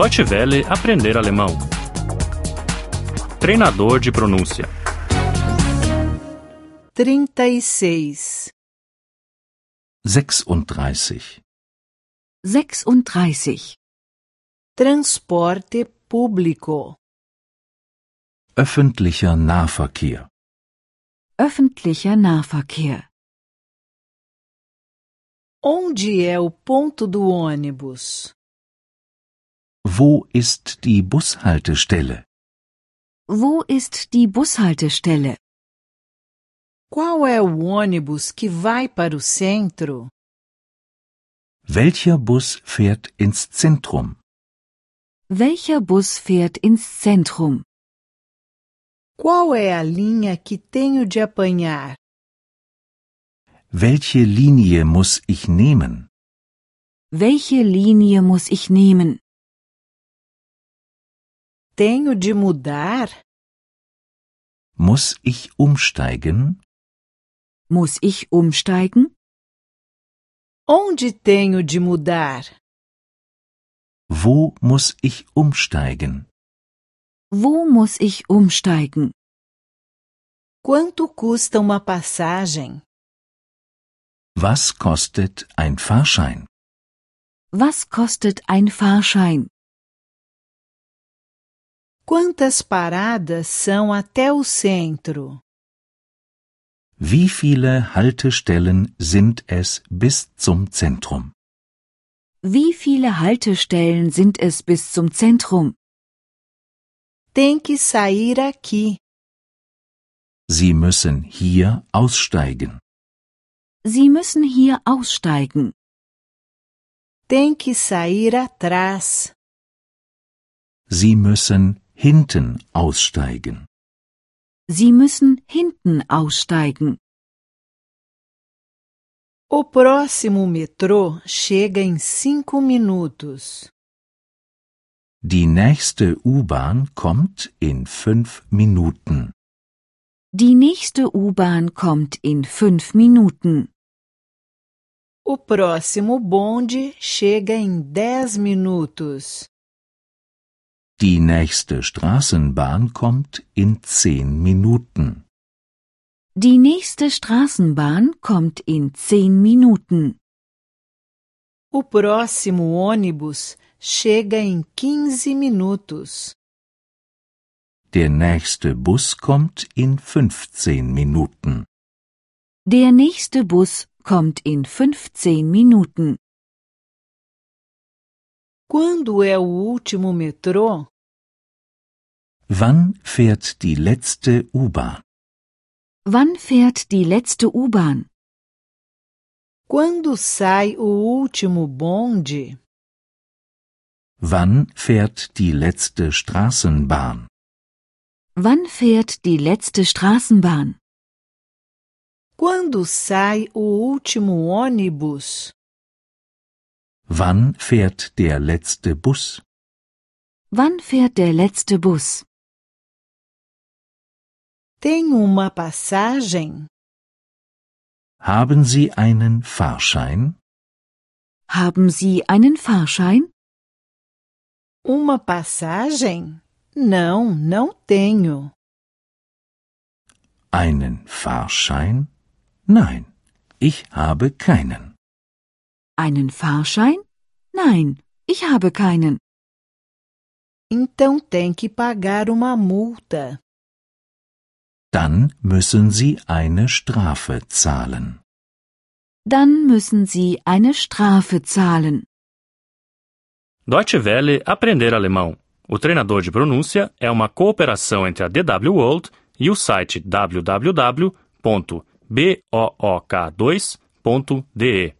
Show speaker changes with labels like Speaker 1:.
Speaker 1: Deutsche Welle aprender alemão. Treinador de pronúncia.
Speaker 2: 36.
Speaker 3: 36.
Speaker 4: 36.
Speaker 2: Transporte público.
Speaker 3: Öffentlicher Nahverkehr.
Speaker 4: Öffentlicher Nahverkehr.
Speaker 2: Onde é o ponto do ônibus?
Speaker 3: Wo ist die Bushaltestelle?
Speaker 4: Wo ist die Bushaltestelle?
Speaker 2: Qual é o ônibus que vai para o centro?
Speaker 3: Welcher Bus fährt ins Zentrum?
Speaker 4: Welcher Bus fährt ins Zentrum?
Speaker 2: Qual é a linha que tenho de apanhar?
Speaker 3: Welche Linie muss ich nehmen?
Speaker 4: Welche Linie muss ich nehmen?
Speaker 2: Tenho de mudar?
Speaker 3: Muss ich umsteigen?
Speaker 4: Muss ich umsteigen?
Speaker 2: Onde tenho de mudar?
Speaker 3: Wo muss ich umsteigen?
Speaker 4: Wo muss ich umsteigen?
Speaker 2: Quanto custa uma passagem?
Speaker 3: Was kostet ein Fahrschein?
Speaker 4: Was kostet ein Fahrschein?
Speaker 2: Quantas paradas são até o centro?
Speaker 3: Wie viele Haltestellen sind es bis zum Zentrum?
Speaker 4: Wie viele Haltestellen sind es bis zum Zentrum?
Speaker 2: Tem que sair aqui.
Speaker 3: Sie müssen hier aussteigen.
Speaker 4: Sie müssen hier aussteigen.
Speaker 2: Tem que sair atrás.
Speaker 3: Sie müssen hinten aussteigen.
Speaker 4: Sie müssen hinten aussteigen.
Speaker 2: O próximo metrô chega em cinco minutos.
Speaker 3: Die nächste U-Bahn kommt in fünf Minuten.
Speaker 4: Die nächste U-Bahn kommt in fünf Minuten.
Speaker 2: O próximo bonde chega em dez minutos.
Speaker 3: Die nächste Straßenbahn kommt in zehn Minuten.
Speaker 4: Die nächste Straßenbahn kommt in zehn Minuten.
Speaker 2: O próximo ônibus chega em quinze minutos.
Speaker 3: Der nächste Bus kommt in 15 Minuten.
Speaker 4: Der nächste Bus kommt in 15 Minuten.
Speaker 2: Quando é o último metrô?
Speaker 3: Wann fährt die letzte U-Bahn?
Speaker 4: Wann fährt die letzte U-Bahn?
Speaker 2: Quando sai o último bonde?
Speaker 3: Wann fährt die letzte Straßenbahn?
Speaker 4: Wann fährt die letzte Straßenbahn?
Speaker 2: Quando sai o último ônibus?
Speaker 3: Wann fährt der letzte Bus?
Speaker 4: Wann fährt der letzte Bus?
Speaker 2: Tem uma passagem?
Speaker 3: Haben Sie einen Fahrschein?
Speaker 4: Haben Sie einen Fahrschein?
Speaker 2: Uma passagem? Não, não tenho.
Speaker 3: Einen Fahrschein? Nein, ich habe keinen.
Speaker 4: Einen Fahrschein? Nein, ich habe keinen.
Speaker 2: Então tem que pagar uma multa.
Speaker 3: Dann müssen Sie eine Strafe zahlen.
Speaker 4: Dann müssen Sie eine Strafe zahlen.
Speaker 1: Deutsche Welle aprender alemão. O treinador de pronúncia é uma cooperação entre a DW World e o site www.book2.de.